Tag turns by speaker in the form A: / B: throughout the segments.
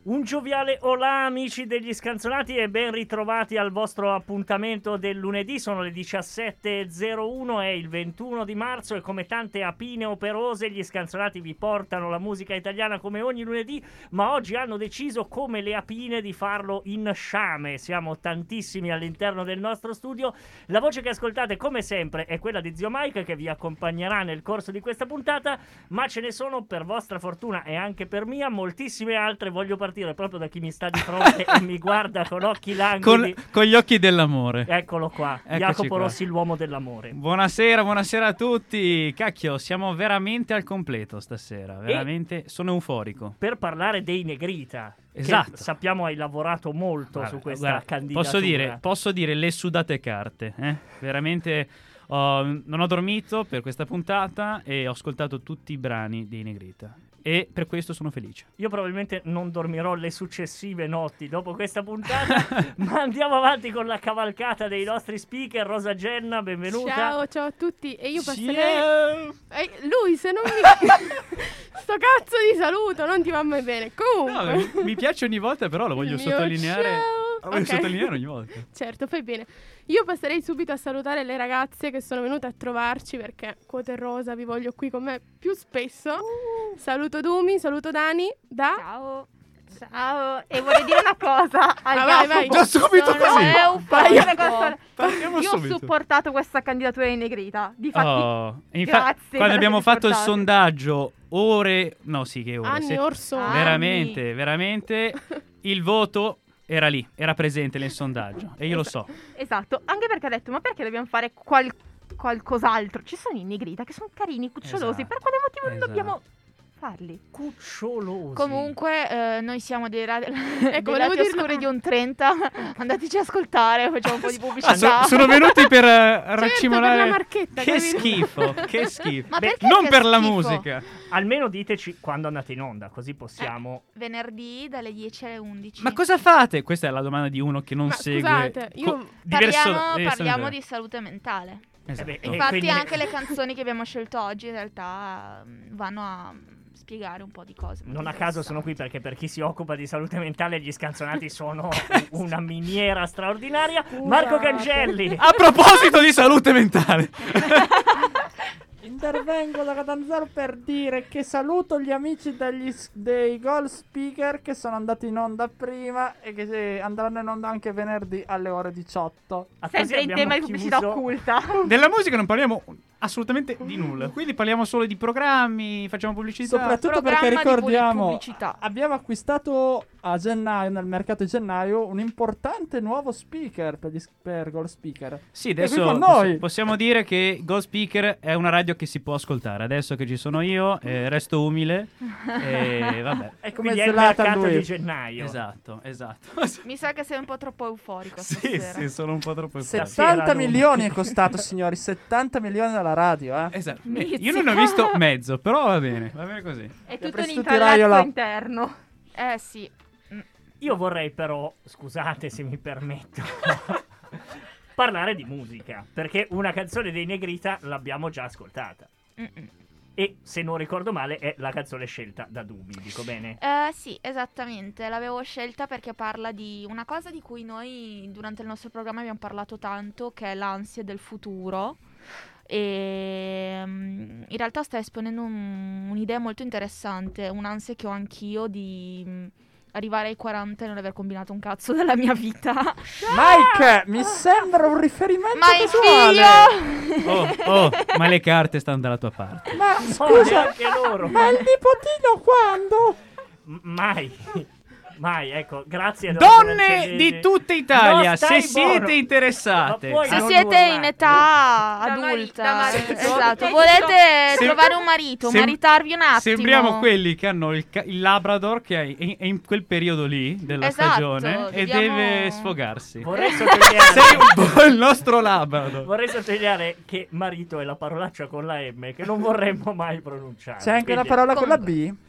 A: Un gioviale olà amici degli scanzonati e ben ritrovati al vostro appuntamento del lunedì, sono le 17.01 è il 21 di marzo e come tante apine operose gli scanzonati vi portano la musica italiana come ogni lunedì, ma oggi hanno deciso come le apine di farlo in sciame, siamo tantissimi all'interno del nostro studio, la voce che ascoltate come sempre è quella di zio Mike che vi accompagnerà nel corso di questa puntata, ma ce ne sono per vostra fortuna e anche per mia moltissime altre, voglio partire proprio da chi mi sta di fronte e mi guarda con occhi
B: Con,
A: languidi. Eh,
B: con gli occhi dell'amore.
A: Eccolo qua,
B: Eccoci
A: Jacopo
B: qua.
A: Rossi, l'uomo dell'amore.
B: Buonasera, buonasera a tutti. Cacchio, siamo veramente al completo stasera.
A: Eh?
B: Veramente sono euforico.
A: Per parlare dei Negrita, che
B: Esatto.
A: sappiamo hai lavorato molto
B: Guarda,
A: su questa
B: guarda,
A: candidatura.
B: posso dire, posso dire le sudate carte. eh? Veramente ho- non ho dormito per questa puntata e ho ascoltato tutti i brani di Negrita. E per questo sono felice.
A: Io probabilmente non dormirò le successive notti dopo questa puntata, ma andiamo avanti con la cavalcata dei nostri speaker. Rosa Genna, benvenuta.
C: Ciao, ciao a tutti. E io passerei.
B: Ciao.
C: Eh, lui, se non mi. Sto cazzo di saluto, non ti va mai bene. Comunque.
B: No, mi- mi piace ogni volta, però lo voglio
C: Il mio
B: sottolineare.
C: ciao.
B: Lo voglio
C: Ok.
B: sottolineare ogni volta.
C: Certo, fai bene. Io passerei subito a salutare le ragazze che sono venute a trovarci perché Quote Rosa vi voglio qui con me più spesso.
D: Uh.
C: Saluto Dumi, saluto Dani
B: Ah.
C: da
D: Ciao. Ciao, e vorrei dire una cosa. al
C: Ah, vai, vai.
D: Jacopo.
C: Già
B: subito
D: Sono
B: così.
D: euforica
C: Vai,
D: con-
B: Partiamo
D: Io
B: subito.
D: ho supportato questa candidatura di Negrita. Difatti,
B: Oh, e infa-
D: grazie,
B: quando
D: grazie
B: abbiamo
D: di
B: fatto il
D: portarmi.
B: sondaggio, ore, no, sì, che ore?
C: Anni
B: se-
C: Orso.
D: Ah.
B: veramente, veramente il voto era lì, era presente nel sondaggio e io lo so.
D: esatto, anche perché ho detto, ma perché dobbiamo fare qual- qualcos'altro? Ci sono i Negrita che sono carini, cucciolosi,
B: Esatto,
D: per quale motivo non
B: esatto.
D: dobbiamo farli?
A: Cucciolosi.
E: Comunque, eh, noi siamo dei,
D: Ecco,
E: ra- dei
C: volevo
E: lati
C: dirlo.
E: oscuri di un 30. Andateci a ascoltare, facciamo un po' di
D: Esatto.
B: Ah, so-
E: pubblicità.
B: sono venuti per eh,
C: Certo, per
B: raccimolare.
C: la marchetta.
B: che
C: capito?
B: schifo, che schifo.
E: Ma
B: Beh,
E: perché
B: non
E: che
B: per la
E: schifo?
B: musica.
A: Almeno diteci quando andate in onda, così possiamo...
D: Eh,
E: Venerdì dalle 10 alle 11.
B: Ma cosa fate? Questa è la domanda di uno che non
C: Ma
B: segue.
C: scusate, io-
B: diverso-
E: Parliamo,
B: diverso-
E: parliamo di salute mentale.
B: Esatto.
A: Eh beh,
E: Infatti,
A: quindi-
E: anche le canzoni che abbiamo scelto oggi in realtà mm, vanno a mm, spiegare un po' di cose. molto
A: Non a caso sono qui perché per chi si occupa di salute mentale gli scanzonati sono una miniera straordinaria. Marco Cangelli.
B: A proposito di salute mentale.
F: Intervengo da Catanzaro per dire che saluto gli amici degli s- dei Goal Speaker che sono andati in onda prima e che eh, andranno in onda anche venerdì alle ore 18.
A: Ah, così
D: Sempre in
A: abbiamo
D: tema di pubblicità
A: chiuso-
D: occulta.
B: Della musica non parliamo assolutamente di nulla. Quindi parliamo solo di programmi, facciamo pubblicità.
F: Soprattutto
E: Programma
F: perché
E: di pub-
F: ricordiamo
E: pubblicità.
F: Ah, abbiamo acquistato a gennaio nel mercato di gennaio un importante nuovo speaker per, gli s- per Goal Speaker.
B: Sì, adesso
F: qui con
B: possi-
F: noi.
B: possiamo dire che Go Speaker è una radio che si può ascoltare. Adesso che ci sono io, eh, resto umile. E vabbè.
A: E
F: Come
A: quindi è Ecco, il
F: Zlatan
A: mercato
F: lui.
A: di gennaio.
B: Esatto, esatto.
E: Mi sa che sei un po' troppo euforico
B: sì,
E: stasera.
B: sì, sono un po' troppo euforico.
A: Stasera
F: 70
A: non-
F: milioni è costato, signori, 70 milioni dalla radio, eh.
B: Esatto. Beh, Io non ho visto mezzo, però va bene, va bene così.
D: È
F: Ti
D: tutto un
F: avresti tiraio là.
D: intrallazzo interno.
E: Eh sì.
A: Io vorrei però, scusate se mi permetto, parlare di musica, perché una canzone dei Negrita l'abbiamo già ascoltata.
E: Mm-mm.
A: E se non ricordo male è la canzone scelta da Dumi, dico bene?
E: Eh, sì, esattamente, l'avevo scelta perché parla di una cosa di cui noi durante il nostro programma abbiamo parlato tanto, che è l'ansia del futuro. E mm, in realtà sta esponendo un- un'idea molto interessante, un'ansia che ho anch'io di mm, arrivare ai 40 e non aver combinato un cazzo della mia vita.
F: Mike, mi sembra un riferimento
E: Ma il
F: casuale.
E: figlio!
B: Oh, oh, ma le carte stanno dalla tua parte.
F: Ma
A: No,
F: scusa,
A: neanche loro!
F: ma il nipotino quando?
A: M- Mai! Mai, ecco, grazie.
B: Donne di tutta Italia,
A: No,
B: se
A: stai buono.
B: siete interessate,
A: Ma poi-
E: Se
A: non
E: siete
A: urlate.
E: in età
D: Da mari-
E: adulta,
D: da marito.
E: esatto,
D: Sì.
E: volete
B: Sem-
E: trovare un marito,
B: sem-
E: maritarvi un attimo.
B: Sembriamo quelli che hanno il, ca- il Labrador che è in, è in quel periodo lì della
E: Esatto,
B: stagione e
E: dobbiamo-
B: deve sfogarsi.
A: Vorrei sottolineare...
B: Sei un po' il nostro Labrador.
A: Vorrei sottolineare che marito è la parolaccia con la M che non vorremmo mai pronunciare.
F: C'è anche una
A: Ah, Quindi-
F: parola con la
E: Comunque.
F: B?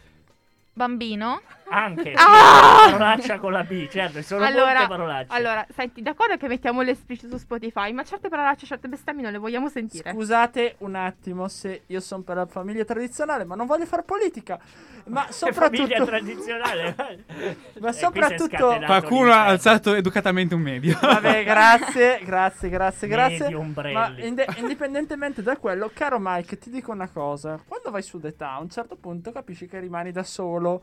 E: Bambino?
A: Anche.
D: Ah!
A: Parolaccia con la B, certo, ci sono molte
D: Allora,
A: parolacce.
D: allora, senti, d'accordo che mettiamo l'esplicito su Spotify, ma certe parolacce, certe bestemmie non le vogliamo sentire.
F: Scusate un attimo se io sono per la famiglia tradizionale, ma non voglio fare politica. Ma
A: Che famiglia
F: soprattutto
A: tradizionale.
F: Ma
A: Eh, qui si è
F: soprattutto-
A: scatenato
B: Qualcuno ha
A: l'inferno.
B: alzato educatamente un medio.
F: Vabbè, grazie, grazie, grazie,
A: Medi,
F: grazie. Ma
A: ombrelli.
F: inde- indipendentemente da quello, caro Mike, ti dico una cosa. Quando vai su d'età, a un certo punto capisci che rimani da solo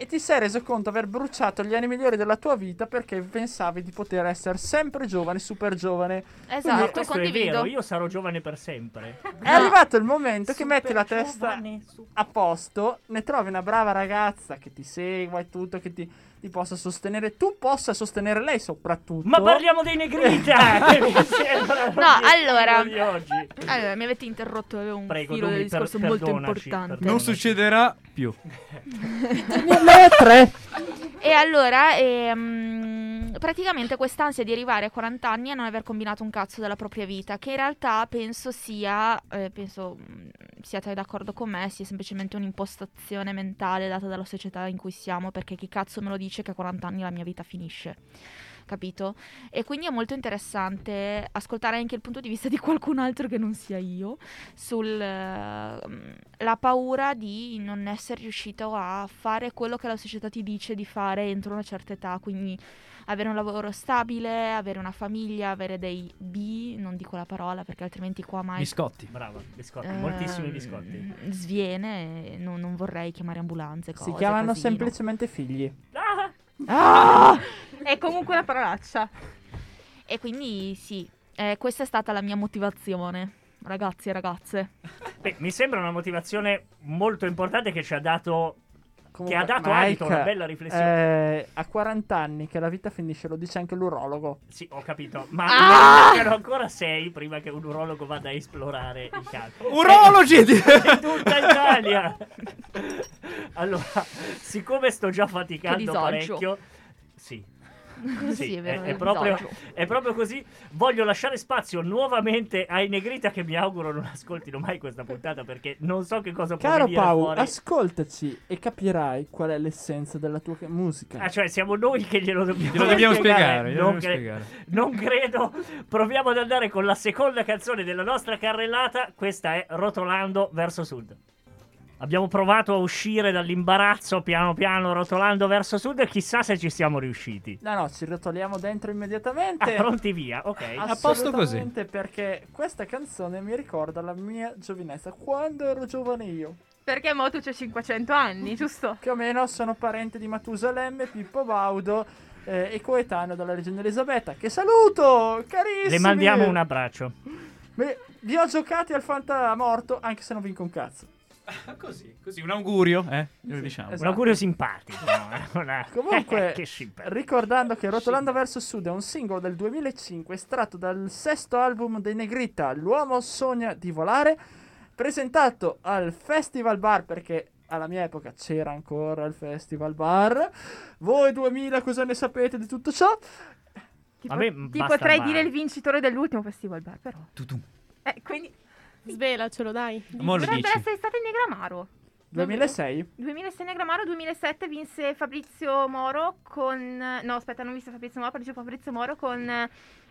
F: e ti sei reso conto aver bruciato gli anni migliori della tua vita perché pensavi di poter essere sempre giovane, super giovane.
D: Ah,
A: Ma
E: Esatto,
A: questo è
E: condivido.
A: vero, io sarò giovane per sempre.
F: È arrivato il momento che
A: Super
F: metti la testa
A: giovane, super-
F: a posto, ne trovi una brava ragazza che ti segua e tutto, che ti, ti possa sostenere, tu possa sostenere lei soprattutto.
A: Ma parliamo dei Negrita! che mi sembra l'obiettivo
E: allora-
A: Di oggi.
E: Allora, mi avete interrotto, avevo un
A: Prego,
E: filo
A: Dumi,
E: del
A: per-
E: discorso molto
A: perdonaci,
E: importante.
A: perdonaci.
B: Non succederà più.
F: tre.
E: E allora, ehm, praticamente quest'ansia di arrivare a 40 anni e non aver combinato un cazzo della propria vita, che in realtà penso sia, eh, penso mh, siate d'accordo con me, sia semplicemente un'impostazione mentale data dalla società in cui siamo, perché chi cazzo me lo dice che a 40 anni la mia vita finisce. Capito? E quindi è molto interessante ascoltare anche il punto di vista di qualcun altro che non sia io sulla paura di non essere riuscito a fare quello che la società ti dice di fare entro una certa età, quindi avere un lavoro stabile, avere una famiglia, avere dei B, non dico la parola perché altrimenti qua mai... ehm,
B: Biscotti.
A: Brava, biscotti,
D: Eh.
A: moltissimi biscotti.
E: Sviene, e non, non vorrei chiamare ambulanze.
F: Si
E: cose
F: chiamano
E: così, no?
F: semplicemente figli.
A: Ah,
D: Ah! È comunque una parolaccia.
E: E quindi sì, eh, questa è stata la mia motivazione, ragazzi e ragazze.
A: beh, mi sembra una motivazione molto importante che ci ha dato
F: Comunque,
A: ha dato adito a una bella riflessione.
F: eh, a 40 anni che la vita finisce, lo dice anche l'urologo.
A: Sì, ho capito, ma
E: Ah!
A: ne mancano ancora sei prima che un urologo vada a esplorare il campo.
B: Urologi!
A: in tutta Italia. allora, siccome sto già
E: Che
A: faticando
E: disagio.
A: parecchio, sì.
E: Sì, è vero,
A: è,
E: è un
A: proprio,
E: disagio.
A: è proprio così. Voglio lasciare spazio nuovamente ai Negrita che mi auguro non ascoltino mai questa puntata perché non so che cosa può
F: Caro
A: venire
F: Pau,
A: fuori.
F: ascoltaci e capirai qual è l'essenza della tua che- musica.
A: Ah, cioè, siamo noi che glielo dobbiamo,
B: Glielo dobbiamo spiegare.
A: spiegare.
B: glielo
A: non,
B: dobbiamo
A: cre-
B: spiegare.
A: non credo. Proviamo ad andare con la seconda canzone della nostra carrellata. Questa è Rotolando verso sud. Abbiamo provato a uscire dall'imbarazzo piano piano rotolando verso sud e chissà se ci siamo riusciti.
F: No, no, ci rotoliamo dentro
A: Ah,
F: immediatamente.
A: pronti via, ok.
D: Ah,
B: A posto così.
F: Assolutamente, perché questa canzone mi ricorda la mia giovinezza, quando ero giovane io.
D: Perché mo tu c'hai 500 anni, giusto?
F: Più o meno sono parente di Matusalemme, Pippo Baudo eh, e coetaneo della regina Elisabetta. Che saluto, carissimi!
A: Le mandiamo un abbraccio.
F: Me- Vi ho giocati al fantamorto, anche se non vinco un cazzo.
B: Così, così, un augurio, eh? Glielo diciamo.
F: esatto.
A: Un augurio simpatico. eh, una-
F: Comunque,
A: che simpatico.
F: ricordando che Rotolando verso Sud è un singolo del 2005 estratto dal sesto album dei Negrita, L'uomo sogna di volare, presentato al Festival Bar perché alla mia epoca c'era ancora il Festival Bar. Voi 2000 cosa ne sapete di tutto ciò?
D: Ti,
A: A
D: po-
A: me
D: ti
A: basta
D: potrei
A: male.
D: dire il vincitore dell'ultimo festival bar, però.
B: Tutum.
D: Eh, quindi
C: Svelacelo, dai.
B: Mo lo
D: dovrebbe
B: dici.
D: essere stato in Negramaro.
F: 2006.
D: 2006 Negramaro, 2007 vinse Fabrizio Moro con... No, aspetta, non vinse Fabrizio Moro, partecipò Fabrizio Moro con...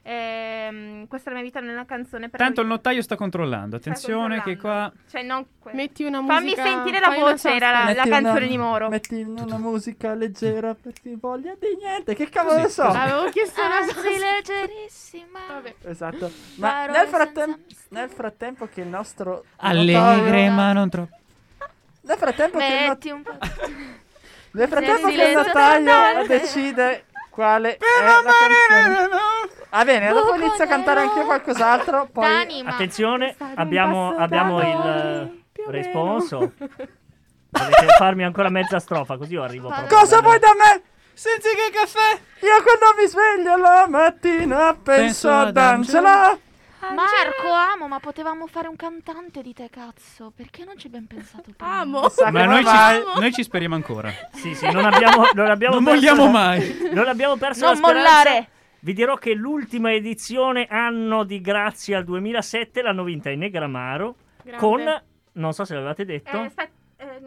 D: ehm, questa è la mia vita, non è una canzone. Però
B: Tanto il notaio sta controllando. Attenzione che qua...
D: Cioè, non... que-
C: Metti una
D: Fammi
C: musica.
D: sentire la
C: fai una
D: voce, era la,
F: Metti
D: la
F: una-
D: canzone di Moro.
F: Metti in una musica leggera per chi voglia di niente. Che cavolo ne so?
C: sosta- Avevo chiesto
D: Ah,
C: una
E: Anzi,
C: sosta-
E: leggerissima.
C: Vabbè.
F: Esatto. Ma
E: Parole
F: nel, frattem-
E: senza mistero.
F: nel frattempo che il nostro...
B: Allegre
F: notaio-
B: ma non troppo.
F: Nel frattempo che il, not-
E: Metti un po'.
F: Nel frattempo che
E: Nel
F: il
E: silenzio
F: notaio
E: totale.
F: decide quale è la canzone. Va bene, dopo
E: Buco
F: inizio a cantare
E: nero.
F: anche qualcos'altro, poi
E: D'anima.
A: Attenzione,
D: Stare un
A: abbiamo,
D: passo
A: abbiamo
D: da
A: il
D: noi, più o meno.
A: responso. Volete farmi ancora mezza strofa, così io arrivo.
E: Cosa
A: proprio
F: Cosa
A: bello.
F: vuoi da me?
B: Senza che caffè!
F: Io quando mi sveglio la mattina penso,
B: Penso
F: ad
B: ad Angela.
F: Angela.
E: Marco, amo, ma potevamo fare un cantante di te, cazzo. Perché non ci abbiamo pensato prima?
C: Amo.
F: Sa
B: Ma
F: come
B: noi
F: mai.
B: ci, noi ci speriamo ancora.
A: Sì, sì, non abbiamo, non abbiamo
B: Non
A: perso-
B: molliamo mai.
A: Non abbiamo perso
E: Non
A: la speranza.
E: mollare.
A: Vi dirò che l'ultima edizione anno di Grazia al 2007 l'hanno vinta i Negramaro
C: Grande.
A: con non so se l'avevate detto.
D: Eh, aspetta, eh,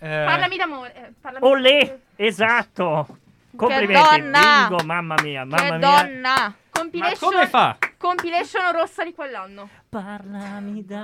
B: Eh,
D: Parlami d'amore. eh, parlami
A: Olè, esatto. Complimenti,
E: donna!
A: Bingo, mamma mia, mamma
E: Che
A: mia.
E: donna!
B: ma
D: Compilation,
B: come fa?
D: compilation rossa di quell'anno.
A: Parlami
F: Pare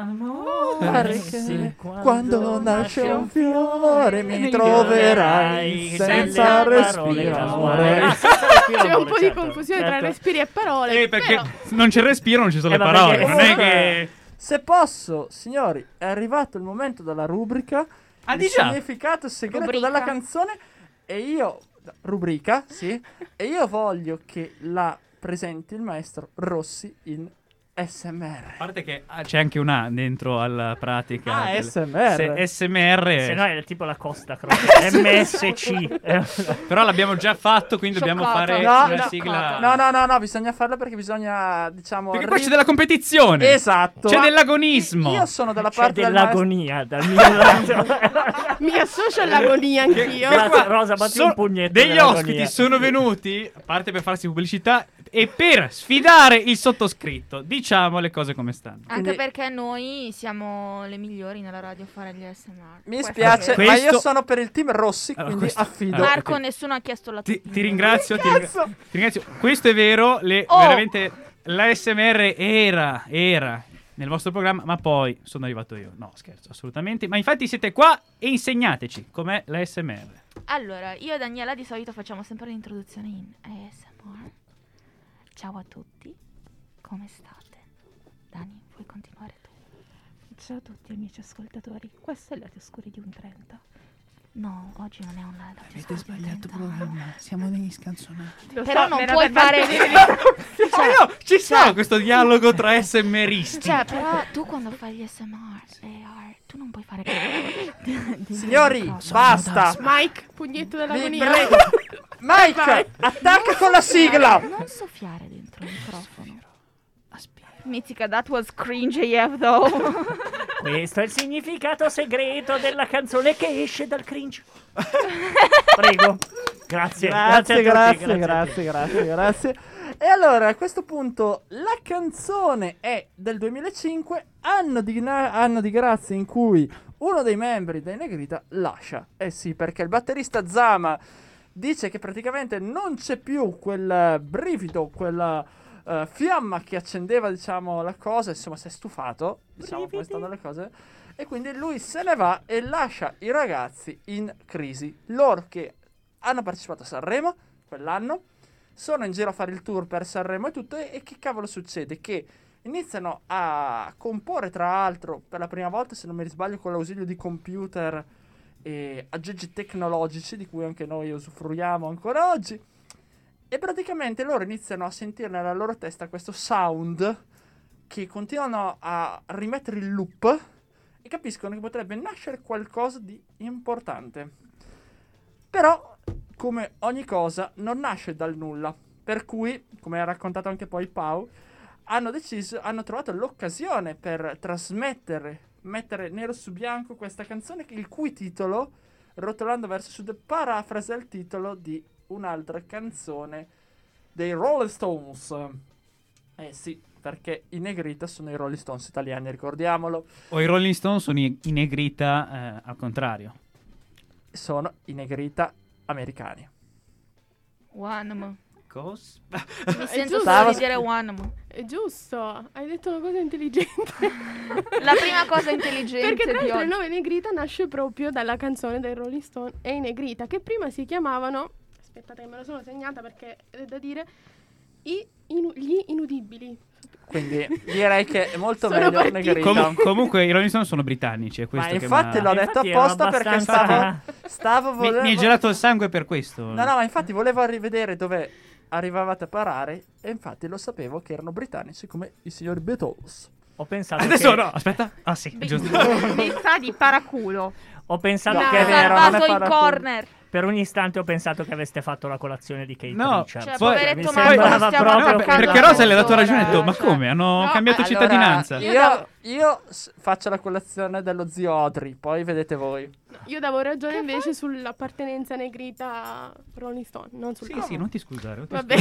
A: d'amore.
F: che
A: Eh, quando,
F: Quando nasce un fiore mi troverai senza
A: delle parole d'amore. Ah,
F: respirare.
A: senza respirare,
C: C'è un po' di
A: certo,
C: confusione tra
A: certo.
C: respiri e parole.
B: Eh, perché
C: però-
B: non c'è il respiro, non ci sono
A: Eh,
B: le
A: ma
B: parole.
A: perché
B: Non è
A: comunque-
B: che.
F: Se posso, signori, è arrivato il momento della rubrica.
B: Ah,
F: il
B: di già.
F: significato segreto
E: Rubrica.
F: della canzone. E io. no, Rubrica, sì. e io voglio che la presenti il maestro Rossi in
B: A
F: SMR.
B: parte che ah, c'è anche una dentro alla pratica.
F: Ah,
B: del-
F: SMR.
B: se- SMR.
A: Se no è tipo la costa croce. MSC. Eh,
B: Però l'abbiamo già fatto, quindi dobbiamo
E: Scioccata.
B: fare
F: No,
B: una
F: no,
B: Eh, sigla.
F: No, no, no, no, bisogna farla perché bisogna, diciamo.
B: Perché qua
F: ri-
B: c'è della competizione.
F: Esatto.
B: C'è dell'agonismo.
F: Io sono dalla
A: C'è
F: parte del maestro.
A: dell'agonia dal mio lato.
C: Mi associo all'agonia anch'io.
A: Grazie, Rosa, batti
B: So-
A: un pugnetto
B: degli
A: nell'agonia.
B: ospiti sono venuti, a parte per farsi pubblicità, e per sfidare il sottoscritto. Diciamo le cose come stanno.
E: Anche
F: Quindi-
E: perché noi siamo le migliori nella radio a fare gli SMR.
F: Mi spiace,
B: Questo-
F: ma io sono per il team Rossi,
B: Allora,
F: quindi
B: questo-
F: affido.
B: Allora,
E: Marco,
B: ok.
E: nessuno ha chiesto la
B: Ti,
E: tua
B: ti ringrazio. Ti, ringra-
F: Cazzo!
B: ti ringrazio. Questo è vero. Le,
E: Oh!
B: Veramente la SMR era, era nel vostro programma, ma poi sono arrivato io. No, scherzo, assolutamente. Ma infatti siete qua e insegnateci com'è la SMR.
E: Allora, io e Daniela di solito facciamo sempre l'introduzione in ASMR. Ciao a tutti, come state? Dani, puoi continuare tu?
G: Ciao a tutti amici ascoltatori, questo è il lato oscuro di un 30.
E: No, oggi non è un live.
H: Avete sbagliato programma, siamo degli scanzonati.
D: Lo
E: Però
D: so,
E: non
D: mi era
E: puoi
D: per
E: fare-
D: dire di-
B: Ma io- Ah, ci sta questo dialogo tra SMRisti.
E: Cioè, però tu quando fai gli SMR, AR, tu non puoi fare...
F: Signori, basta.
C: Mike, pugnetto
F: Vi
C: dell'agonia.
F: prego. Mike, attacca con la sigla.
E: Non soffiare dentro il microfono.
H: Aspira.
E: Mitica, that was cringe AF though.
A: Questo è il significato segreto della canzone che esce dal cringe. Prego. Grazie.
F: Grazie,
A: Grazie, a tutti,
F: grazie,
A: a tutti.
F: grazie, grazie, grazie. E allora, a questo punto, la canzone è del 2005, anno di, na- anno di grazia in cui uno dei membri dei Negrita lascia. Eh sì, perché il batterista Zama dice che praticamente non c'è più quel eh, brivido, quella eh, fiamma che accendeva, diciamo, la cosa, insomma, si è stufato, diciamo, come stanno le cose. E quindi lui se ne va e lascia i ragazzi in crisi. Loro che hanno partecipato a Sanremo quell'anno, sono in giro a fare il tour per Sanremo e tutto. E, e che cavolo succede? Che iniziano a comporre, tra l'altro, per la prima volta, se non mi sbaglio, con l'ausilio di computer e aggeggi tecnologici, di cui anche noi usufruiamo ancora oggi. E praticamente loro iniziano a sentire nella loro testa questo sound che continuano a rimettere in loop e capiscono che potrebbe nascere qualcosa di importante. Però, come ogni cosa, non nasce dal nulla. Per cui, come ha raccontato anche poi Pau, hanno deciso, hanno trovato l'occasione per trasmettere, mettere nero su bianco questa canzone, che- il cui titolo, rotolando verso sud, parafrasa il titolo di un'altra canzone dei Rolling Stones. Eh sì, perché i Negrita sono i Rolling Stones italiani, ricordiamolo.
B: O i Rolling Stone sono i- in negrita eh, al contrario.
F: Sono i Negrita americani.
E: One
B: Cos-
E: Mi sento
C: giusto.
E: solo di dire one
C: È giusto, hai detto una cosa intelligente.
E: La prima cosa intelligente
C: Perché tra
E: di
C: l'altro il
E: oggi.
C: nome Negrita nasce proprio dalla canzone dei Rolling Stone e i Negrita, che prima si chiamavano, aspettate che me lo sono segnata perché è da dire, i inu- gli inudibili.
F: Quindi direi che è molto
C: Sono
F: meglio
C: partiti.
F: Negrita.
B: Com- comunque i Rolling Stone sono britannici, è
F: Ma
B: questo che
F: infatti
B: m'ha-
F: l'ho
A: Eh,
F: detto
A: infatti ero
F: apposta perché
A: abbastanza-
F: stavo, stavo
B: mi,
F: volevo...
B: mi è gelato il sangue per questo.
F: No, no, ma infatti volevo rivedere dove arrivavate a parare e infatti lo sapevo che erano britannici come i signori Beatles.
A: Ho pensato
B: Adesso
A: che,
B: no, aspetta. Ah sì, giusto.
E: Mi sa di paraculo.
A: ho pensato
F: No,
A: che
F: è vero, non è
E: Salvato in
F: paraculo.
E: corner.
A: per un istante ho pensato che aveste fatto la colazione di Kate
B: No,
A: Richards.
E: Cioè,
B: Poi-
E: poveretto
A: mi sembrava
E: Marco, stiamo
B: No,
A: proprio- attaccando
B: per-
E: attaccando
B: perché Rosa le ha dato
E: ancora,
B: ragione, ha detto, ma
E: cioè,
B: come? Hanno cambiato
F: allora,
B: cittadinanza.
F: Io, io s- faccio la colazione dello zio Audrey, poi vedete voi.
C: Io davo ragione invece sull'appartenenza negrita a Rolling Stone, non sul
B: Sì,
C: cover.
B: sì, non ti scusare. non ti
C: Vabbè.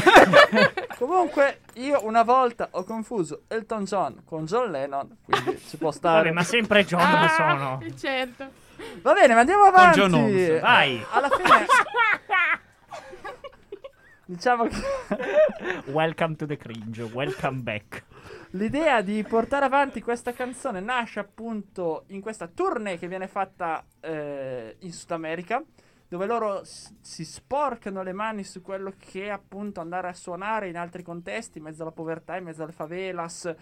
F: Comunque, io una volta ho confuso Elton John con John Lennon, quindi ci può
A: Vabbè,
F: stare.
A: ma sempre John
B: Ah.
A: lo sono.
C: certo.
F: Va bene, ma andiamo avanti.
B: John Holmes,
A: Vai.
F: Alla fine... diciamo che
A: Welcome to the cringe, welcome back.
F: l'idea di portare avanti questa canzone nasce appunto in questa tournée che viene fatta eh, in Sud America, dove loro s- si sporcano le mani su quello che è appunto andare a suonare in altri contesti, in mezzo alla povertà, in mezzo alle favelas,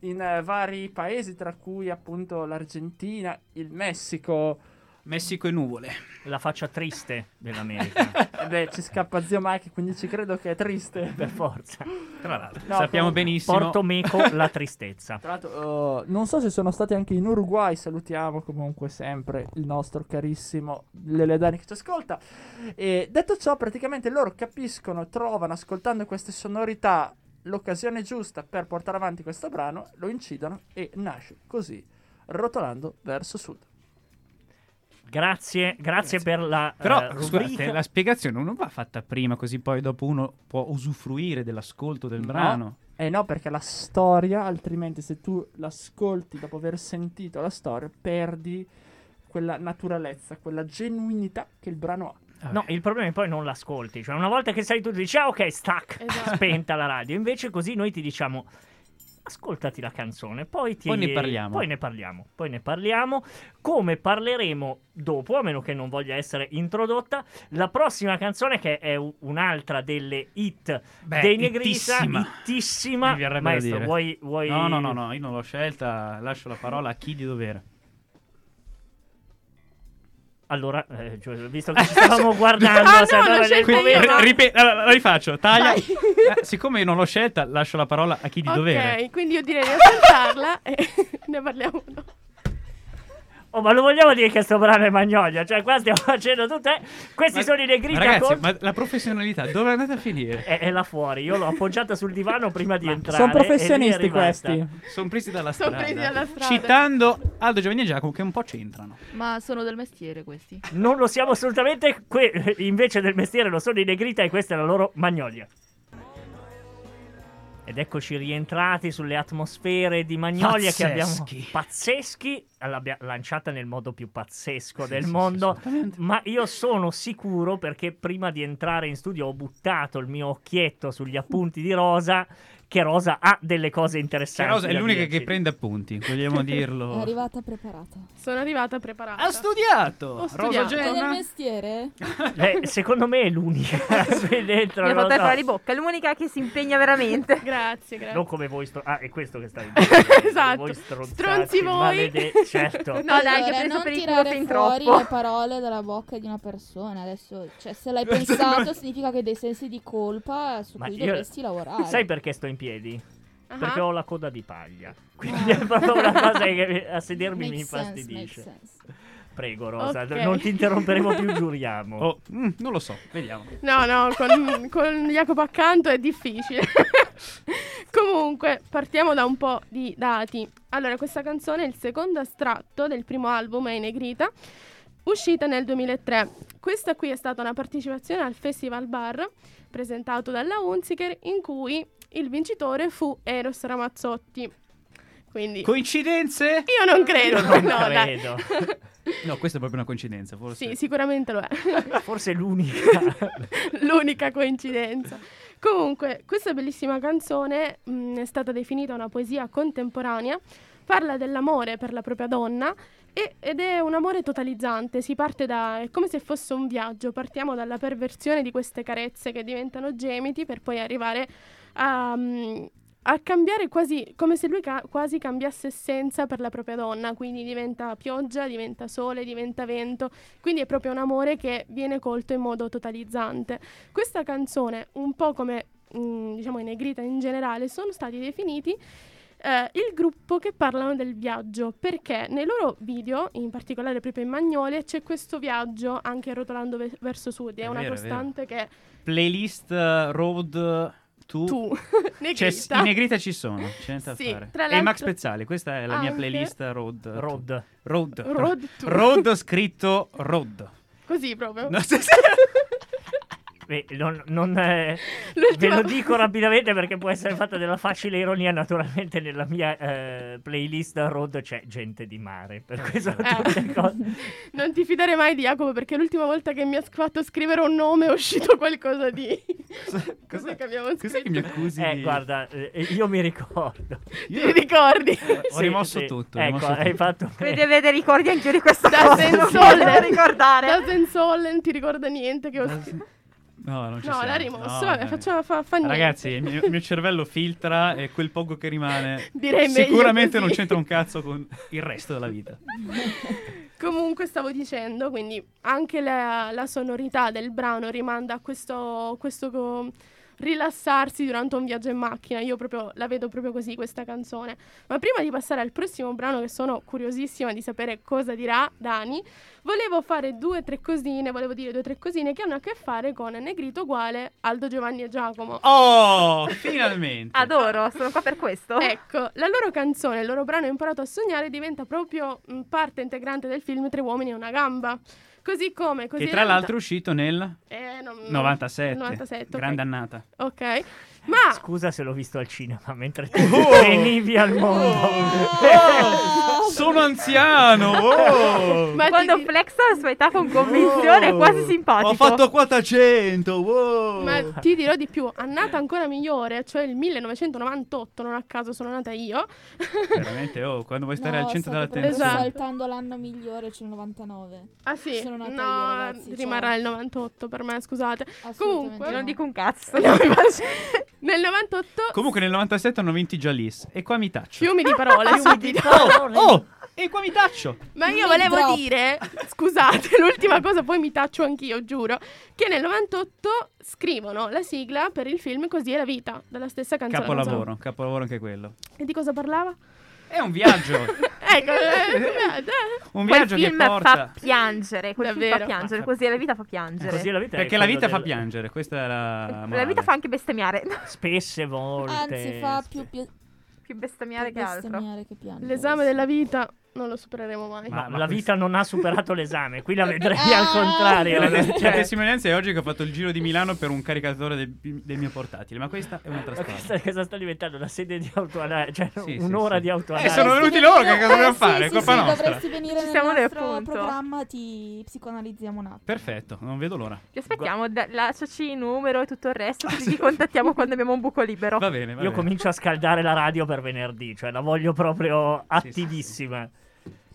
F: in eh, vari paesi, tra cui appunto l'Argentina, il Messico.
B: scus- Messico e nuvole.
A: La faccia triste dell'America,
F: Eh beh, ci scappa zio Mike, quindi ci credo che è triste.
A: per forza.
B: Tra l'altro,
F: No,
B: sappiamo
F: comunque,
B: benissimo.
A: Porto Meco, la tristezza.
F: Tra l'altro, eh, non so se sono stati anche in Uruguay. Salutiamo comunque sempre il nostro carissimo Leledani che ci ascolta. E detto ciò, praticamente loro capiscono, trovano, ascoltando queste sonorità, l'occasione giusta per portare avanti questo brano, lo incidono e nasce così, rotolando verso sud.
A: Grazie, grazie, per la
B: Però
A: eh,
B: scusate,
A: rubrica.
B: la spiegazione non va fatta prima, così poi dopo uno può usufruire dell'ascolto del
F: No.
B: brano.
F: Eh no, perché la storia, altrimenti se tu l'ascolti dopo aver sentito la storia, perdi quella naturalezza, quella genuinità che il brano ha.
A: No, il problema è che poi non l'ascolti. Cioè, una volta che sei tu, dici, ah, ok, stack,
C: Esatto.
A: spenta la radio. Invece, così noi ti diciamo. Ascoltati la canzone, poi, ti-
B: Poi ne parliamo.
A: Poi ne parliamo. Poi ne parliamo. Come parleremo dopo, a meno che non voglia essere introdotta, la prossima canzone, che è u- un'altra delle hit
B: Beh,
A: dei Negrita,
B: ittissima.
A: ittissima.
B: Mi verrebbe da
A: Maestro,
B: dire.
A: vuoi, vuoi-
B: No, no, no, no, io non l'ho scelta, lascio la parola a chi di dovere.
A: Allora, eh, Gio- visto che ci stavamo guardando,
C: Ah, no,
A: se allora
C: l'ho
A: nel
C: scelta
B: Quindi,
C: io,
A: momento-
C: no?
B: ri- ripe- allora, la rifaccio, taglia.
C: Vai.
B: Eh, siccome io non l'ho scelta, lascio la parola a chi di dovere.
C: Ok, quindi io direi di ascoltarla e ne parliamo. no?
A: Oh, ma lo vogliamo dire che sto brano è Magnolia? Cioè, qua stiamo facendo tutto. eh? Questi
B: Ma-
A: sono i negrita
B: ma ragazzi,
A: con-
B: ma la professionalità dove è andata a finire?
A: È, è là fuori. Io l'ho appoggiata sul divano prima di entrare.
F: Sono
A: e lì
F: professionisti
A: è rimasta.
F: questi.
B: Sono presi dalla
C: Sono
B: strada.
C: presi dalla strada.
B: Citando Aldo Giovanni e Giacomo che un po' c'entrano.
A: Ecco,
E: Ma sono del mestiere questi.
A: Non lo siamo assolutamente. que- invece del mestiere lo sono i negrita e questa è la loro Magnolia. Ed eccoci rientrati sulle atmosfere di Magnolia che abbiamo
B: Pazzeschi.
A: pazzeschi. L'abbiamo lanciata nel modo più pazzesco
B: Sì,
A: del
B: sì, sì,
A: mondo.
B: assolutamente.
A: Ma io sono sicuro perché prima di entrare in studio ho buttato il mio occhietto sugli appunti di Rosa. Che Rosa ha delle cose
B: Cioè,
A: interessanti.
B: Rosa è
A: da
B: l'unica
A: dirci.
B: che prende appunti, vogliamo dirlo.
I: arrivata preparata.
C: Sono arrivata preparata.
B: Ha studiato!
C: Ho
B: Rosa
C: studiato.
I: È del
B: Gemma.
I: mestiere?
A: Eh, secondo me è l'unica. qui dentro,
D: Mi ha
A: non,
D: fatto
A: lo so.
D: fare di bocca, è l'unica che si impegna veramente.
C: Grazie, grazie.
A: Non come voi. stro- ah, è questo che stai
C: Esatto.
A: Voi
C: Stronzi voi.
A: malede- certo.
D: No, Ah, dai, che ho
I: Allora,
D: preso
I: non
D: per il culo
I: tirare
D: fin
I: fuori
D: troppo.
I: le parole dalla bocca di una persona. Adesso, cioè, se l'hai pensato, significa che hai dei sensi di colpa su
A: Ma
I: cui
A: io-
I: dovresti lavorare.
A: Sai perché sto in piedi?
C: Ah,
A: Perché ho la coda di paglia. Quindi è proprio una cosa che mi- a sedermi mi
I: Makes sense,
A: infastidisce.
I: makes sense.
A: Prego, Rosa,
C: Ok.
A: non ti interromperemo più, giuriamo.
B: Oh, mm, non lo so, vediamo.
C: No, no, con, con Jacopo accanto è difficile. Comunque, partiamo da un po' di dati. Allora, questa canzone è il secondo estratto del primo album È Negrita, uscita nel 2003. Questa qui è stata una partecipazione al Festival Bar presentato dalla Hunziker in cui il vincitore fu Eros Ramazzotti. Quindi
B: Coincidenze?
C: io non credo.
A: Io non
C: no, dai.
A: credo.
B: No, questa è proprio una coincidenza, forse.
C: Sì, sicuramente lo è.
A: Forse è l'unica.
B: Esatto.
C: L'unica coincidenza. Comunque, questa bellissima canzone mh, è stata definita una poesia contemporanea, parla dell'amore per la propria donna e- ed è un amore totalizzante, si parte da... è come se fosse un viaggio, partiamo dalla perversione di queste carezze che diventano gemiti per poi arrivare a... mh, Ehm, a cambiare quasi come se lui ca- quasi cambiasse essenza per la propria donna, quindi diventa pioggia, diventa sole, diventa vento, quindi è proprio un amore che viene colto in modo totalizzante. Questa canzone, un po' come mh, diciamo i Negrita in generale, sono stati definiti eh, il gruppo che parlano del viaggio, perché nei loro video, in particolare proprio in Magnolia, c'è questo viaggio anche rotolando ve- verso sud, è,
B: È
C: una
B: vero, è vero.
C: costante che
B: Playlist eh, Road tu.
C: Tu.
B: Cioè,
C: Negrita.
B: s- i Negrita ci sono, c'è niente da
C: Sì,
B: fare.
C: tra
B: E Max
C: l'altro-
B: Pezzali, questa è la mia
C: anche-
B: playlist Road.
A: Road.
B: Road.
C: Road to.
B: Road scritto Road.
C: Così proprio.
B: No, sì, sì.
A: Eh, non, non, eh, ve
C: L'ultima-
A: lo dico rapidamente perché può essere fatta della facile ironia. Naturalmente, nella mia eh, playlist road c'è gente di mare. Per
B: Eh.
A: questo tutte cose.
C: Non ti fidare mai di Jacopo perché l'ultima volta che mi ha fatto scrivere un nome è uscito qualcosa di... Cos'è che abbiamo scritto?
B: Cos'è che mi accusi?
A: Eh,
B: di-
A: guarda, eh, io mi ricordo.
C: Ti ricordi?
B: Ho rimosso tutto, ho
A: Ecco,
B: rimosso
A: hai
B: tutto.
A: fatto
D: Vedi,
A: bene.
D: vedi, ricordi anche io di questa
C: Da
D: cosa. Non mi
C: Sensole.
D: voglio ricordare.
C: Da Sensolen ti ricorda niente che ho scritto?
B: No, non ci
C: No,
B: siamo.
C: l'ha rimosso,
B: No,
C: vabbè,
B: dai.
C: facciamo fa, fa niente.
B: Ragazzi, il mio, il mio cervello filtra e quel poco che rimane
C: Direi meglio
B: sicuramente
C: così.
B: non c'entra un cazzo con il resto della vita.
C: Comunque stavo dicendo, quindi anche la, la sonorità del brano rimanda a questo, questo co- rilassarsi durante un viaggio in macchina. Io proprio la vedo proprio così questa canzone. Ma prima di passare al prossimo brano, che sono curiosissima di sapere cosa dirà Dani, volevo fare due o tre cosine, volevo dire due o tre cosine che hanno a che fare con Negrito uguale Aldo Giovanni e Giacomo.
B: Oh, finalmente.
D: Adoro, sono qua per questo.
E: Eh,
C: Ecco, la loro canzone, il loro brano Imparato a sognare diventa proprio mh, parte integrante del film Tre uomini e una gamba. Così come così
B: che tra l'altro è uscito nel
C: eh, non-
D: Mm,
B: 97.
C: 97, ok.
B: Gran dannata.
C: Ok.
B: Ah!
C: Ma
A: Scusa se l'ho visto al cinema mentre tu
B: Uh!
D: Oh.
A: venivi al mondo.
B: Sono anziano. oh.
C: ma ti
D: Quando
C: di-
D: flexa la sua età con convinzione è quasi
B: Ho
D: simpatico.
B: Oh. fatto 400. wow.
C: Ma ti dirò di più, annata ancora migliore, cioè il 1998, non a caso sono nata io.
B: Veramente, oh, quando vuoi stare
I: No,
B: al centro
I: state proprio
B: dell'attenzione.
C: Esatto.
I: saltando l'anno migliore, cioè il 99.
C: Ah sì,
I: Sono nata
C: no,
I: io, ragazzi,
C: rimarrà
I: cioè.
C: il 98 per me, scusate.
I: Assolutamente
C: Comunque-
I: no.
D: Non dico un cazzo. Ecco,
C: Nel 98
B: Comunque nel 97 hanno vinto i Jalis e qua mi taccio.
C: fiumi di parole, subito.
B: Oh, oh, e qua mi taccio.
C: Ma io
I: Mic
C: volevo
I: drop.
C: dire, scusate, l'ultima cosa, poi mi taccio anch'io, giuro, che nel 98 scrivono la sigla per il film Così è la vita, dalla stessa canzone.
B: Capolavoro, capolavoro anche quello.
C: E di cosa parlava?
B: È un viaggio.
C: Ecco, eh,
B: un
D: Quel
B: viaggio che
D: film fa
B: porta
D: piangere, quel film
C: Davvero.
D: fa piangere, così la vita fa piangere.
A: Così la vita è
B: perché la
A: quella
B: vita fa
A: del-
B: piangere, questa è la
D: la
B: morale.
D: vita fa anche bestemmiare,
A: Spesse volte.
I: Anzi, fa più, più
D: più bestemmiare che altro.
I: bestemmiare che piangere.
C: l'esame della vita non lo supereremo
A: Ma,
C: mai.
B: Ma- ma
A: la
B: questo-
A: vita non ha superato l'esame, qui la vedrei
I: Ah!
A: al contrario.
B: la, tes- la
A: Cioè,
B: testimonianza è oggi che ho fatto il giro di Milano per un caricatore del, del mio portatile, ma questa è un'altra
A: ma
B: storia.
A: questa cosa sta diventando una sede di autoanalisi, cioè
B: Sì, sì,
A: un'ora
B: sì.
A: di
B: Eh,
A: autoanalisi.
B: sono venuti loro, che cosa dobbiamo fare? È
I: Sì,
B: colpa
I: sì,
B: nostra.
I: dovresti venire
D: Ci
I: nel
D: siamo noi,
I: nostro
D: appunto.
I: programma, ti psicoanalizziamo un attimo.
B: Perfetto, non vedo l'ora.
D: Ti aspettiamo, da- lasciaci il numero e tutto il resto, così ti contattiamo quando abbiamo un buco libero.
B: Va bene, va
A: Io
B: bene.
A: comincio a scaldare la radio per venerdì, cioè la voglio proprio
B: Sì, sì,
A: attivissima.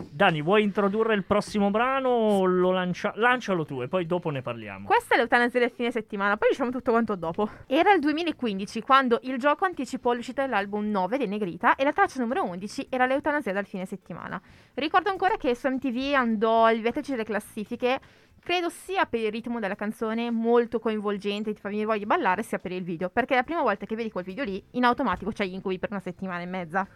A: Dani, vuoi introdurre il prossimo brano o lo lancia- lancialo tu e poi dopo ne parliamo?
D: Questa è l'eutanasia del fine settimana, poi diciamo tutto quanto dopo. Era il 2015 quando il gioco anticipò l'uscita dell'album 9 dei Negrita e la traccia numero 11 era l'eutanasia dal fine settimana. Ricordo ancora che su MTV andò al vertice delle classifiche, credo sia per il ritmo della canzone molto coinvolgente, ti fa venire voglia di ballare, sia per il video, perché è la prima volta che vedi quel video lì, in automatico c'hai gli incubi per una settimana e mezza.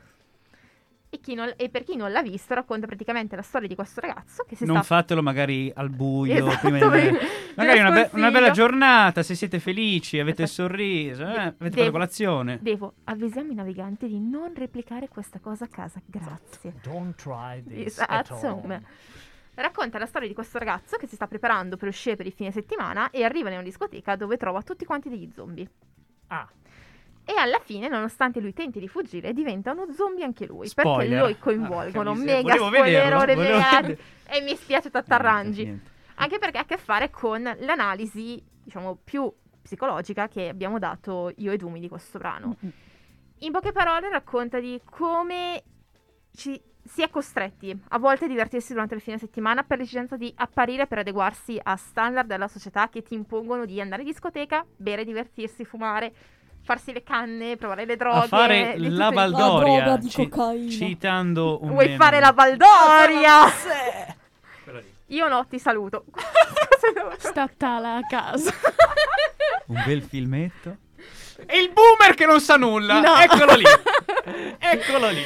D: E, chi non- e per chi non l'ha visto racconta praticamente la storia di questo ragazzo che si
B: Non
D: sta...
B: fatelo magari al buio,
D: Esatto,
B: prima di andare-
D: ve-
B: Magari
D: ve lo
B: una, be- una bella
D: sconsiglio.
B: giornata, se siete felici, avete il
D: Esatto.
B: sorriso, eh,
D: De-
B: avete fatto
D: devo-
B: colazione.
D: Devo, avvisiamo i naviganti di non replicare questa cosa a casa,
B: Esatto.
D: grazie.
A: Don't try this at
D: Esatto,
A: home.
D: insomma. Racconta la storia di questo ragazzo che si sta preparando per uscire per il fine settimana e arriva in una discoteca dove trova tutti quanti degli zombie.
A: Ah.
D: E alla fine, nonostante lui tenti di fuggire, diventa uno zombie anche lui.
B: Spoiler. Ah,
D: Perché lo coinvolgono.
B: Porca miseria,
D: mega
B: volevo vederlo,
D: spoilerone,
B: volevo
D: mega-
B: vederlo.
D: E mi spiace tattarrangi.
B: Niente,
D: Anche perché ha a che fare con l'analisi, diciamo, più psicologica che abbiamo dato io e Dumi di questo brano. In poche parole racconta di come ci si è costretti a volte a divertirsi durante il fine settimana per l'esigenza di apparire per adeguarsi a standard della società che ti impongono di andare in discoteca, bere, divertirsi, fumare, farsi le canne, provare le droghe.
B: A fare
D: di
B: la
D: tutto il-
I: La
B: Valdoria,
I: droga di
B: ci-
I: cocaina.
B: citando un
D: Vuoi
B: meme.
D: fare la Valdoria?
B: Quella lì.
D: Io no, ti saluto.
C: Statala a casa.
B: Un bel filmetto. E il boomer che non sa nulla,
C: No.
B: eccolo lì. Eccolo lì.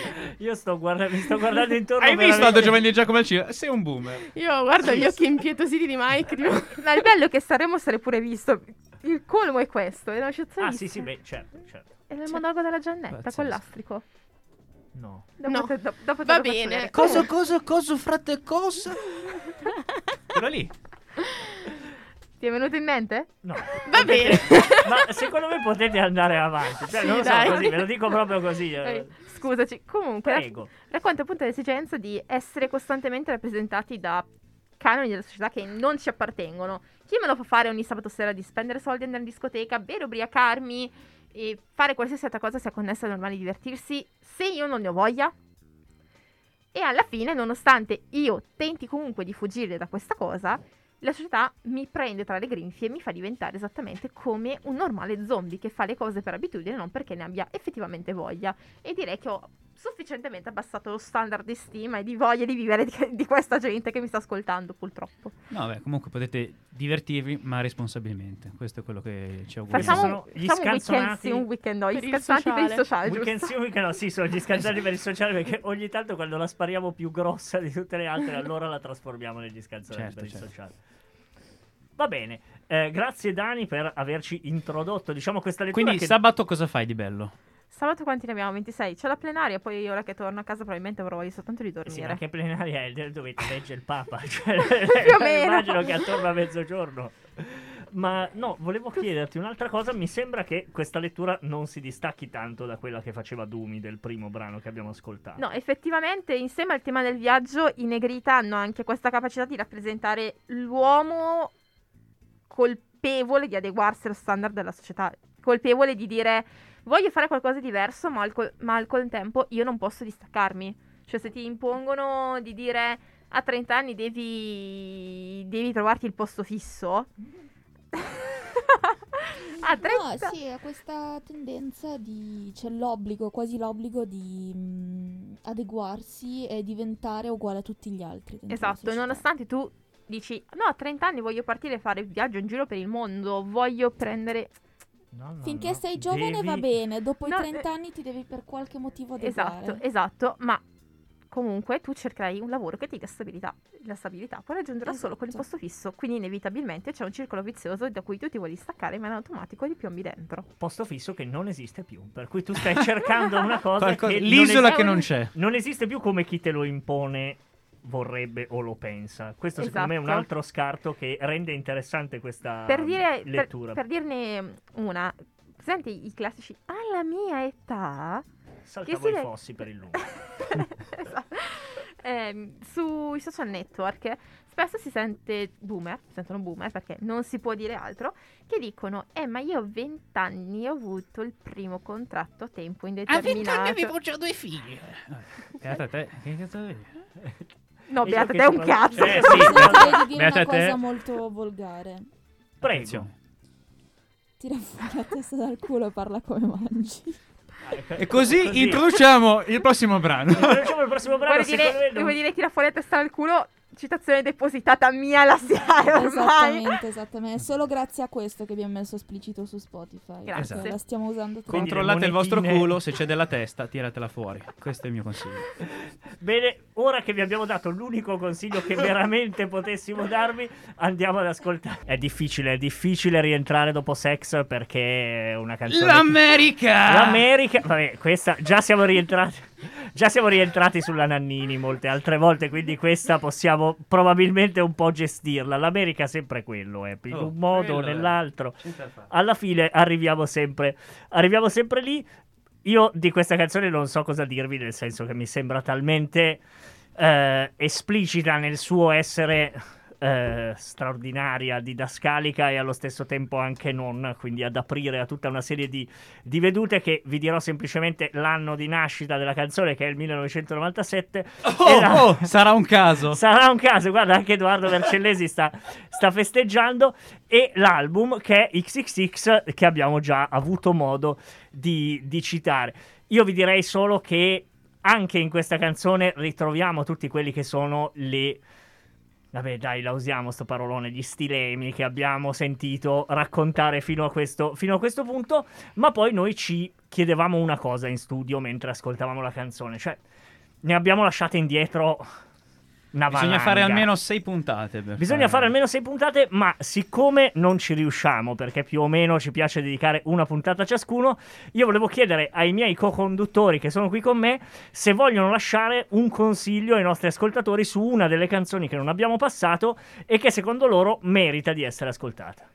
A: Io sto guardando, mi sto guardando intorno.
B: Hai visto Aldo
A: veramente-
B: Giovanni e Giacomo al cinema? Sei un boomer.
C: Io guardo gli occhi impietositi di Mike. tipo-
D: Ma il bello è che saremmo sarei pure visto. Il colmo è questo, è una sciocchezza.
A: Ah, sì, sì, beh, certo, certo.
D: È il monologo della Giannetta
B: Pazzesco.
D: con l'astrico.
A: No.
D: Dopo
C: No.
D: te- do- dopo te
C: Va
D: lo faccio
C: bene.
D: vedere.
H: Cosa, cosa, cosa, frate, cosa?
B: Quello lì.
D: Ti è venuto in mente?
A: No.
C: Va bene.
A: Ma secondo me potete andare avanti. Cioè,
C: Sì,
A: non lo so,
C: dai.
A: così, ve lo dico proprio così. eh.
D: Eh, Scusaci. Comunque, rac-
A: Prego.
D: racconta appunto l'esigenza di essere costantemente rappresentati da canoni della società che non ci appartengono. Chi me lo fa fare ogni sabato sera di spendere soldi, andare in discoteca, bere, ubriacarmi e fare qualsiasi altra cosa sia connessa al normale divertirsi se io non ne ho voglia? E alla fine, nonostante io tenti comunque di fuggire da questa cosa, la società mi prende tra le grinfie e mi fa diventare esattamente come un normale zombie che fa le cose per abitudine, non perché ne abbia effettivamente voglia. E direi che ho sufficientemente abbassato lo standard di stima e di voglia di vivere di, di questa gente che mi sta ascoltando, purtroppo.
B: No, beh, comunque potete divertirvi, ma responsabilmente. Questo è quello che ci auguriamo.
D: Facciamo,
A: sono
D: un-
A: gli
D: facciamo un weekend
A: scanzonati-
D: sì, un weekend no, gli
C: per il
D: scansanti per il
C: sociale.
D: sociale,
A: Weekend
D: giusto?
A: sì, weekend no, sì, sono
B: Esatto.
A: gli scansanti per il sociale perché ogni tanto quando la spariamo più grossa di tutte le altre allora la trasformiamo negli scansanti
B: Certo,
A: per
B: certo.
A: il sociale. Va bene, eh, grazie Dani per averci introdotto, diciamo, questa lettura
B: Quindi
A: che...
B: sabato cosa fai di bello?
D: Sabato quanti ne abbiamo? 26. C'è la plenaria, poi ora che torno a casa probabilmente avrò voglia soltanto di
A: Sì,
D: dormire.
A: ma che plenaria è Il- dovete leggere il Papa? Cioè,
D: Più o meno.
A: Immagino che attorno a mezzogiorno. Ma no, volevo chiederti un'altra cosa. Mi sembra che questa lettura non si distacchi tanto da quella che faceva Dumi del primo brano che abbiamo ascoltato.
D: No, effettivamente, insieme al tema del viaggio, i Negrita hanno anche questa capacità di rappresentare l'uomo colpevole di adeguarsi allo standard della società, colpevole di dire voglio fare qualcosa di diverso, ma al, co- ma al contempo io non posso distaccarmi. Cioè, se ti impongono di dire a 30 anni devi, devi trovarti il posto fisso. a 30
I: No, sì, ha questa tendenza di... c'è l'obbligo, quasi l'obbligo di mh, adeguarsi e diventare uguale a tutti gli altri. dentro la
D: Esatto,
I: società.
D: nonostante tu dici no, a 30 anni voglio partire e fare il viaggio in giro per il mondo, voglio prendere...
A: No, no,
I: Finché
A: no.
I: sei giovane va
A: Devi-
I: bene, dopo
D: No,
I: i 30
D: eh.
I: anni ti devi per qualche motivo adeguare.
D: Esatto, esatto, ma comunque tu cercherai un lavoro che ti dia stabilità. La stabilità puoi raggiungerla solo con il
I: Esatto.
D: posto fisso, quindi inevitabilmente c'è un circolo vizioso da cui tu ti vuoi staccare, ma in automatico li piombi dentro.
A: Posto fisso che non esiste più. Per cui tu stai cercando una cosa
B: Qualcosa-
A: che non
B: L'isola
A: esiste-
B: che non c'è.
A: non esiste più come chi te lo impone vorrebbe o lo pensa. Questo secondo me è un
D: Esatto.
A: altro scarto che rende interessante questa
D: per, dire, per-
A: Ah, lettura.
D: per dirne una, senti i classici alla mia età...
A: Saltavo
D: che si
A: i
D: le-
A: fossi per il lungo.
D: Esatto. Ehm, sui social network spesso si sente boomer, si sentono boomer perché non si può dire altro, che dicono, eh ma io ho 20 anni ho avuto il primo contratto a tempo
H: A
D: indeterminato.
H: vent'anni avevo già due figli.
B: Beata te. Che cazzo devi?
D: No,
A: Io
D: Beata,
A: che
D: te è un
A: sono-
D: cazzo.
A: Eh,
I: Sì,
A: sì,
I: ti voglio dire
B: Beata te.
I: una cosa molto volgare.
A: Prego.
B: Attenzione.
I: Tira fuori la testa dal culo e parla come mangi.
B: E così,
A: Ah, ecco, Così.
B: introduciamo il prossimo brano.
A: Introduciamo il prossimo brano.
D: Vuol
A: secondo me
D: dire,
A: non-
D: vuol dire tira fuori la testa dal culo, citazione depositata mia la SIAE ormai.
I: Esattamente, esattamente. È solo grazie a questo che abbiamo messo esplicito su Spotify. perché
D: Grazie.
I: La stiamo usando troppo.
A: Quindi le
B: Controllate il vostro
A: monetine.
B: culo, se c'è della testa, tiratela fuori. Questo è il mio consiglio.
A: Bene, ora che vi abbiamo dato l'unico consiglio che veramente potessimo darvi, andiamo ad ascoltare. È difficile, è difficile rientrare dopo Sex perché è una canzone.
H: L'America!
A: L'America, vabbè, questa già siamo rientrati. Già siamo rientrati sulla Nannini molte altre volte, quindi questa possiamo probabilmente un po' gestirla. L'America è sempre quello, eh, in
B: Oh,
A: un modo o
B: quello è.
A: nell'altro. Alla fine arriviamo sempre, arriviamo sempre lì. Io di questa canzone non so cosa dirvi, nel senso che mi sembra talmente eh, esplicita nel suo essere eh, straordinaria, didascalica e allo stesso tempo anche non, quindi ad aprire a tutta una serie di, di vedute che vi dirò semplicemente l'anno di nascita della canzone che è il 1997.
B: Oh,
A: Era-
B: oh, sarà un caso.
A: Sarà un caso, guarda, anche Edoardo Vercellesi sta, sta festeggiando. E l'album che è XXX, che abbiamo già avuto modo di, di citare. Io vi direi solo che anche in questa canzone ritroviamo tutti quelli che sono le Vabbè, dai, la usiamo sto parolone, gli stilemi che abbiamo sentito raccontare fino a, questo, fino a questo punto. Ma poi noi ci chiedevamo una cosa in studio mentre ascoltavamo la canzone. Cioè, ne abbiamo lasciate indietro una valanga.
B: Bisogna fare almeno sei puntate. per
A: Bisogna fare
B: farlo.
A: almeno sei puntate, ma siccome non ci riusciamo, perché più o meno ci piace dedicare una puntata a ciascuno, io volevo chiedere ai miei co-conduttori che sono qui con me se vogliono lasciare un consiglio ai nostri ascoltatori su una delle canzoni che non abbiamo passato e che secondo loro merita di essere ascoltata.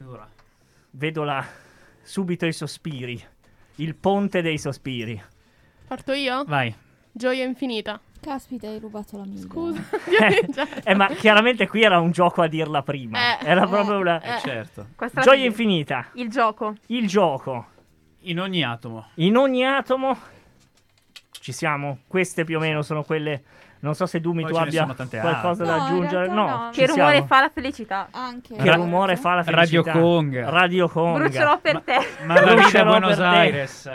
B: Allora,
A: Vedo là subito i sospiri, il ponte dei sospiri.
C: Parto io?
B: Vai.
C: Gioia infinita.
I: Caspita, hai rubato la mia. idea.
C: Scusa.
A: Eh, ma chiaramente qui era un gioco a dirla prima.
E: Eh,
A: era
E: eh,
A: proprio una...
E: eh.
B: certo.
D: Questa la
A: Gioia
D: fine.
A: infinita,
D: Il gioco.
A: il gioco.
B: In ogni atomo.
A: In ogni atomo ci siamo. Queste più o meno sono quelle. Non so se Dumi
B: Poi
A: tu
B: ce ne
A: abbia
B: sono tante
A: qualcosa
I: altre.
A: da
I: No, in
A: aggiungere.
I: realtà
A: No,
I: no.
A: ci
D: Che rumore
A: siamo.
D: fa la felicità?
I: Anche.
A: Che
B: Ra-
A: rumore
I: cioè,
A: fa la
B: Radio
A: felicità?
B: Kong.
A: Radio Conga.
D: Brucerò per te.
B: Ma la
A: Brucerò
B: luce a Buenos
A: per te.
B: Aires.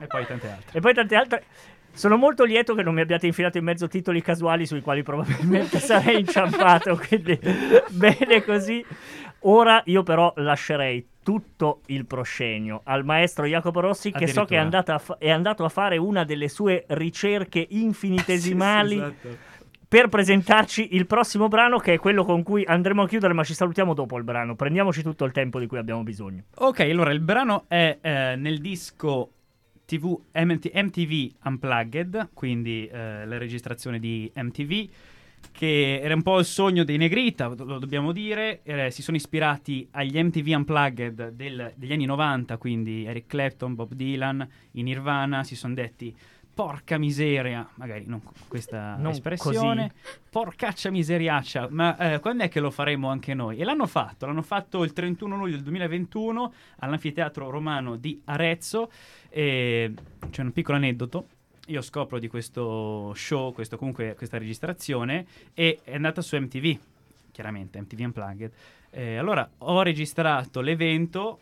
B: e poi tante altre.
A: E poi tante altre. Sono molto lieto che non mi abbiate infilato in mezzo titoli casuali sui quali probabilmente sarei inciampato. Quindi bene così. Ora io però lascerei tutto il proscenio al maestro Jacopo Rossi che so che
B: Addirittura.
A: è, andata a fa- è andato a fare una delle sue ricerche infinitesimali
B: esatto.
A: per presentarci il prossimo brano che è quello con cui andremo a chiudere ma ci salutiamo dopo il brano. Prendiamoci tutto il tempo di cui abbiamo bisogno.
B: Ok, allora il brano è eh, nel disco TV MT- MTV Unplugged, quindi eh, la registrazione di MTV, che era un po' il sogno dei Negrita, do- lo dobbiamo dire. eh, si sono ispirati agli MTV Unplugged del- degli anni 90, quindi Eric Clapton, Bob Dylan, i Nirvana, si sono detti porca miseria, magari non con questa
A: Non
B: espressione, porcaccia miseriaccia, ma eh, quando è che lo faremo anche noi? E l'hanno fatto, l'hanno fatto il 31 luglio del 2021 all'anfiteatro romano di Arezzo. E c'è un piccolo aneddoto. Io scopro di questo show, questo, comunque questa registrazione, e è andata su MTV, chiaramente, MTV Unplugged. Eh, allora ho registrato l'evento,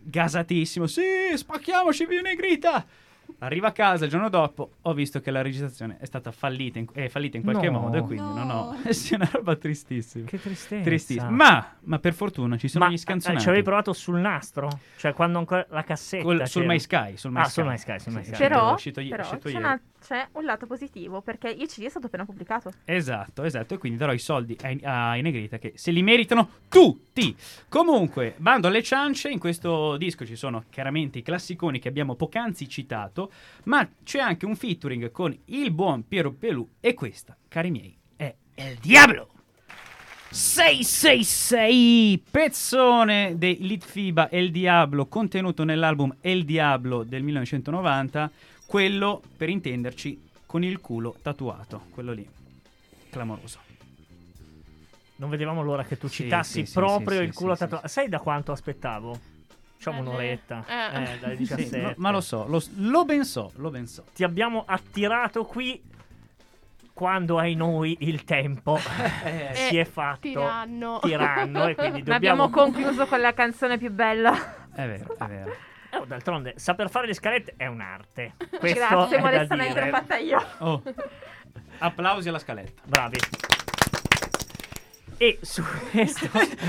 B: gasatissimo, sì, spacchiamoci via negrita! Arrivo a casa il giorno dopo, ho visto che la registrazione è stata fallita in, è fallita in qualche
A: No.
B: modo, e quindi non ho...
I: No.
B: Sì, è una roba tristissima.
A: Che tristezza.
B: Tristissima. Ma, ma per fortuna ci sono
A: Ma
B: gli
A: eh,
B: scanzonati.
A: ci avevi provato sul nastro? Cioè quando ancora la cassetta
B: Col- sul
A: c'era.
B: My Sky, sul My
A: Ah,
B: Sky.
A: sul My Sky, sul My
B: Sì,
A: Sky.
B: sì,
D: Però,
B: è uscito i- è
D: però
B: uscito
D: c'è,
B: ieri.
D: una- c'è un lato positivo perché il CD è stato appena pubblicato.
B: Esatto, esatto. E quindi darò i soldi ai- a Inegrita che se li meritano tutti. Comunque, bando alle ciance, in questo disco ci sono chiaramente i classiconi che abbiamo poc'anzi citato, ma c'è anche un featuring con il buon Piero Pelù e questa, cari miei, è El Diablo. 666 pezzone dei Litfiba El Diablo contenuto nell'album El Diablo del 1990, quello per intenderci con il culo tatuato, quello lì clamoroso.
A: Non vedevamo l'ora che tu
B: Sì,
A: citassi
B: sì, sì,
A: proprio
B: sì,
A: il
B: sì,
A: culo
B: sì,
A: tatuato. Sai da quanto aspettavo? Diciamo
C: Dalle-
A: un'oretta.
C: eh.
A: Eh, dalle
B: Sì,
A: 17.
B: no, ma lo so, lo, s- lo ben so, lo ben so.
A: Ti abbiamo attirato qui quando hai noi il tempo Eh,
D: Eh,
A: si è fatto
C: Tiranno.
A: tiranno e quindi
D: Ma abbiamo
A: dobbiamo
D: concluso con la canzone più bella.
B: È vero, è vero.
A: Eh, oh, d'altronde saper fare le scalette è un'arte. Questo
D: Grazie,
A: è
D: ma
A: da
D: adesso
A: dire.
D: l'ho fatta io.
B: Oh. Applausi alla scaletta.
A: Bravi. E su questo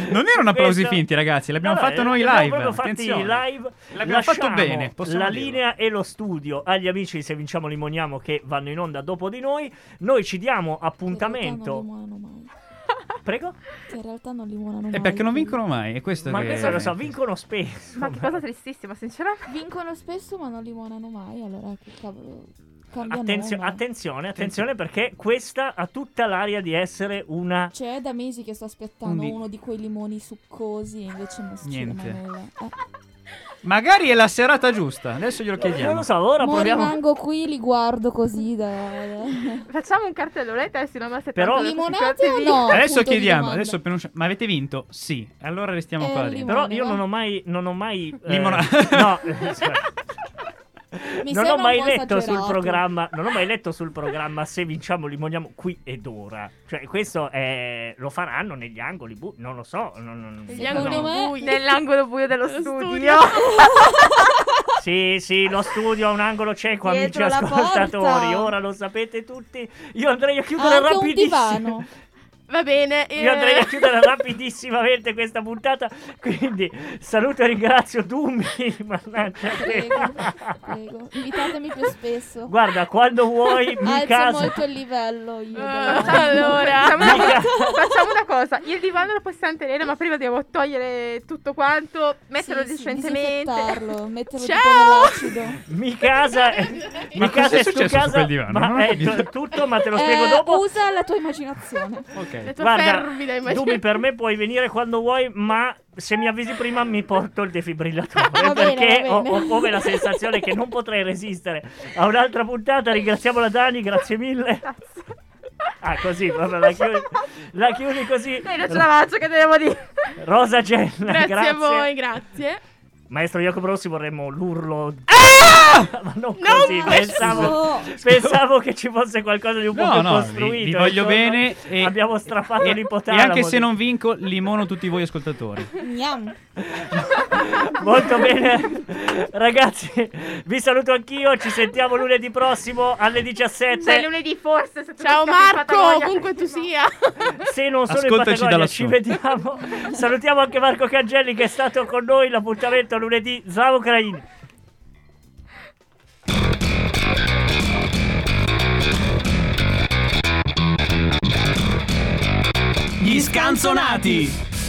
B: Non erano
A: su
B: applausi
A: questo-
B: finti, ragazzi, l'abbiamo
A: No, no,
B: fatto noi
A: l'abbiamo
B: live.
A: proprio fatti
B: attenzione.
A: live.
B: L'abbiamo fatto
A: Lasciamo
B: bene, possiamo
A: La
B: dirlo.
A: linea e lo studio agli amici se vinciamo limoniamo che vanno in onda dopo di noi. Noi ci diamo
I: Che in realtà
A: appuntamento.
I: Non limonano mai.
A: Prego?
I: Che in realtà non limonano mai.
B: Eh, perché non vincono mai, e questo
A: Ma
B: che-
A: questo lo so, vincono spesso.
D: Ma che cosa tristissima, sinceramente.
I: Vincono spesso ma non limonano mai, allora che cavolo. Cambia
A: Attenzio-
I: nome.
A: attenzione, attenzione perché questa ha tutta l'aria di essere una
I: C'è da mesi che sto aspettando
B: Quindi-
I: uno di quei limoni succosi e invece non succede
B: Niente.
I: mai nulla. Eh,
B: Magari è la serata giusta, adesso glielo
A: Non lo
B: chiediamo.
A: so, ora
I: mo
A: proviamo
I: rimango qui, li guardo così da...
D: Facciamo un cartellone e testi la nostra
A: Però-
I: Limonate o no?
B: Adesso
I: Punto di
B: chiediamo,
I: domanda.
B: adesso appena usci- Ma avete vinto? Sì. Allora restiamo
I: Eh,
B: qua
I: il
B: dentro.
I: limone,
A: Però io
I: va.
A: non ho mai non ho mai eh,
B: Limona-
A: No, eh, scusa.
I: Mi
A: non
I: sembra
A: ho
I: un
A: mai
I: po'
A: letto sul
I: esagerato.
A: programma. Non ho mai letto sul programma se vinciamo limoniamo qui ed ora. Cioè, questo è- lo faranno negli angoli. bu- non lo so. non- non-
C: Gli
I: Secondo
C: angoli
I: me-
C: bui.
D: Nell'angolo buio dello
C: Lo
D: studio.
C: studio.
A: Sì, sì, lo studio ha un angolo cieco, amici
I: Dietro la
A: ascoltatori.
I: porta.
A: Ora lo sapete tutti. Io andrei a chiudere
I: Anche un
A: rapidissimamente.
I: divano.
C: Va bene. eh,
A: Io andrei a chiudere rapidissimamente questa puntata. Quindi saluto e ringrazio Dumi. Mannaggia te.
I: Prego, prego. Invitatemi più spesso.
A: Guarda, quando vuoi, mi
I: Alzo
A: casa. Ah,
I: molto il livello io.
C: eh,
I: della-
C: allora.
D: Facciamo una, facciamo una cosa, il divano lo possiamo tenere, ma prima devo togliere tutto quanto, metterlo
I: Sì, sì,
D: decentemente.
I: disinfettarlo, metterlo tipo
C: Ciao!
I: nell'acido.
A: Mi casa.
B: cos'è
A: Mi casa e tu
B: successo su
A: casa.
B: quel divano? Non ho
A: Ma è
B: capito.
A: t- tutto, ma te lo
I: Eh,
A: spiego dopo.
I: Usa la tua immaginazione.
C: La
B: Ok.
C: tua fervida
A: Guarda,
C: immaginazione.
A: Dumi, per me puoi venire quando vuoi, ma se mi avvisi prima mi porto il defibrillatore
I: Va bene,
A: perché
I: va bene.
A: ho, ho come la sensazione che non potrei resistere a un'altra puntata. Ringraziamo la Dani, grazie mille. Ah, così, vabbè, la chiudi, la chiudi così.
D: Dai, non ce la faccio, che devo dire?
A: Rosa Gella, grazie.
C: Grazie, a voi, grazie.
A: Maestro Jacopo Rossi vorremmo l'urlo. Ma non
C: Non
A: così,
C: posso.
A: pensavo, pensavo che ci fosse qualcosa di un po'
B: No,
A: più
B: no,
A: costruito.
B: vi, vi voglio
A: Insomma,
B: bene. E,
A: Abbiamo strappato
B: e-
A: l'ipotalamo.
B: E anche se
A: di-
B: non vinco, limono tutti voi ascoltatori.
I: Gnam.
A: Molto bene, ragazzi, vi saluto anch'io. Ci sentiamo lunedì prossimo alle 17.
D: Cioè lunedì forse. se tu
C: Ciao
D: scappi in
C: Marco,
D: Patagonia.
C: comunque tu sia.
A: Se non sono
B: Ascoltaci
A: in Patagonia,
B: dalla
A: ci
B: su.
A: vediamo. Salutiamo anche Marco Cangelli che è stato con noi. L'appuntamento è lunedì. Slav Ucraini.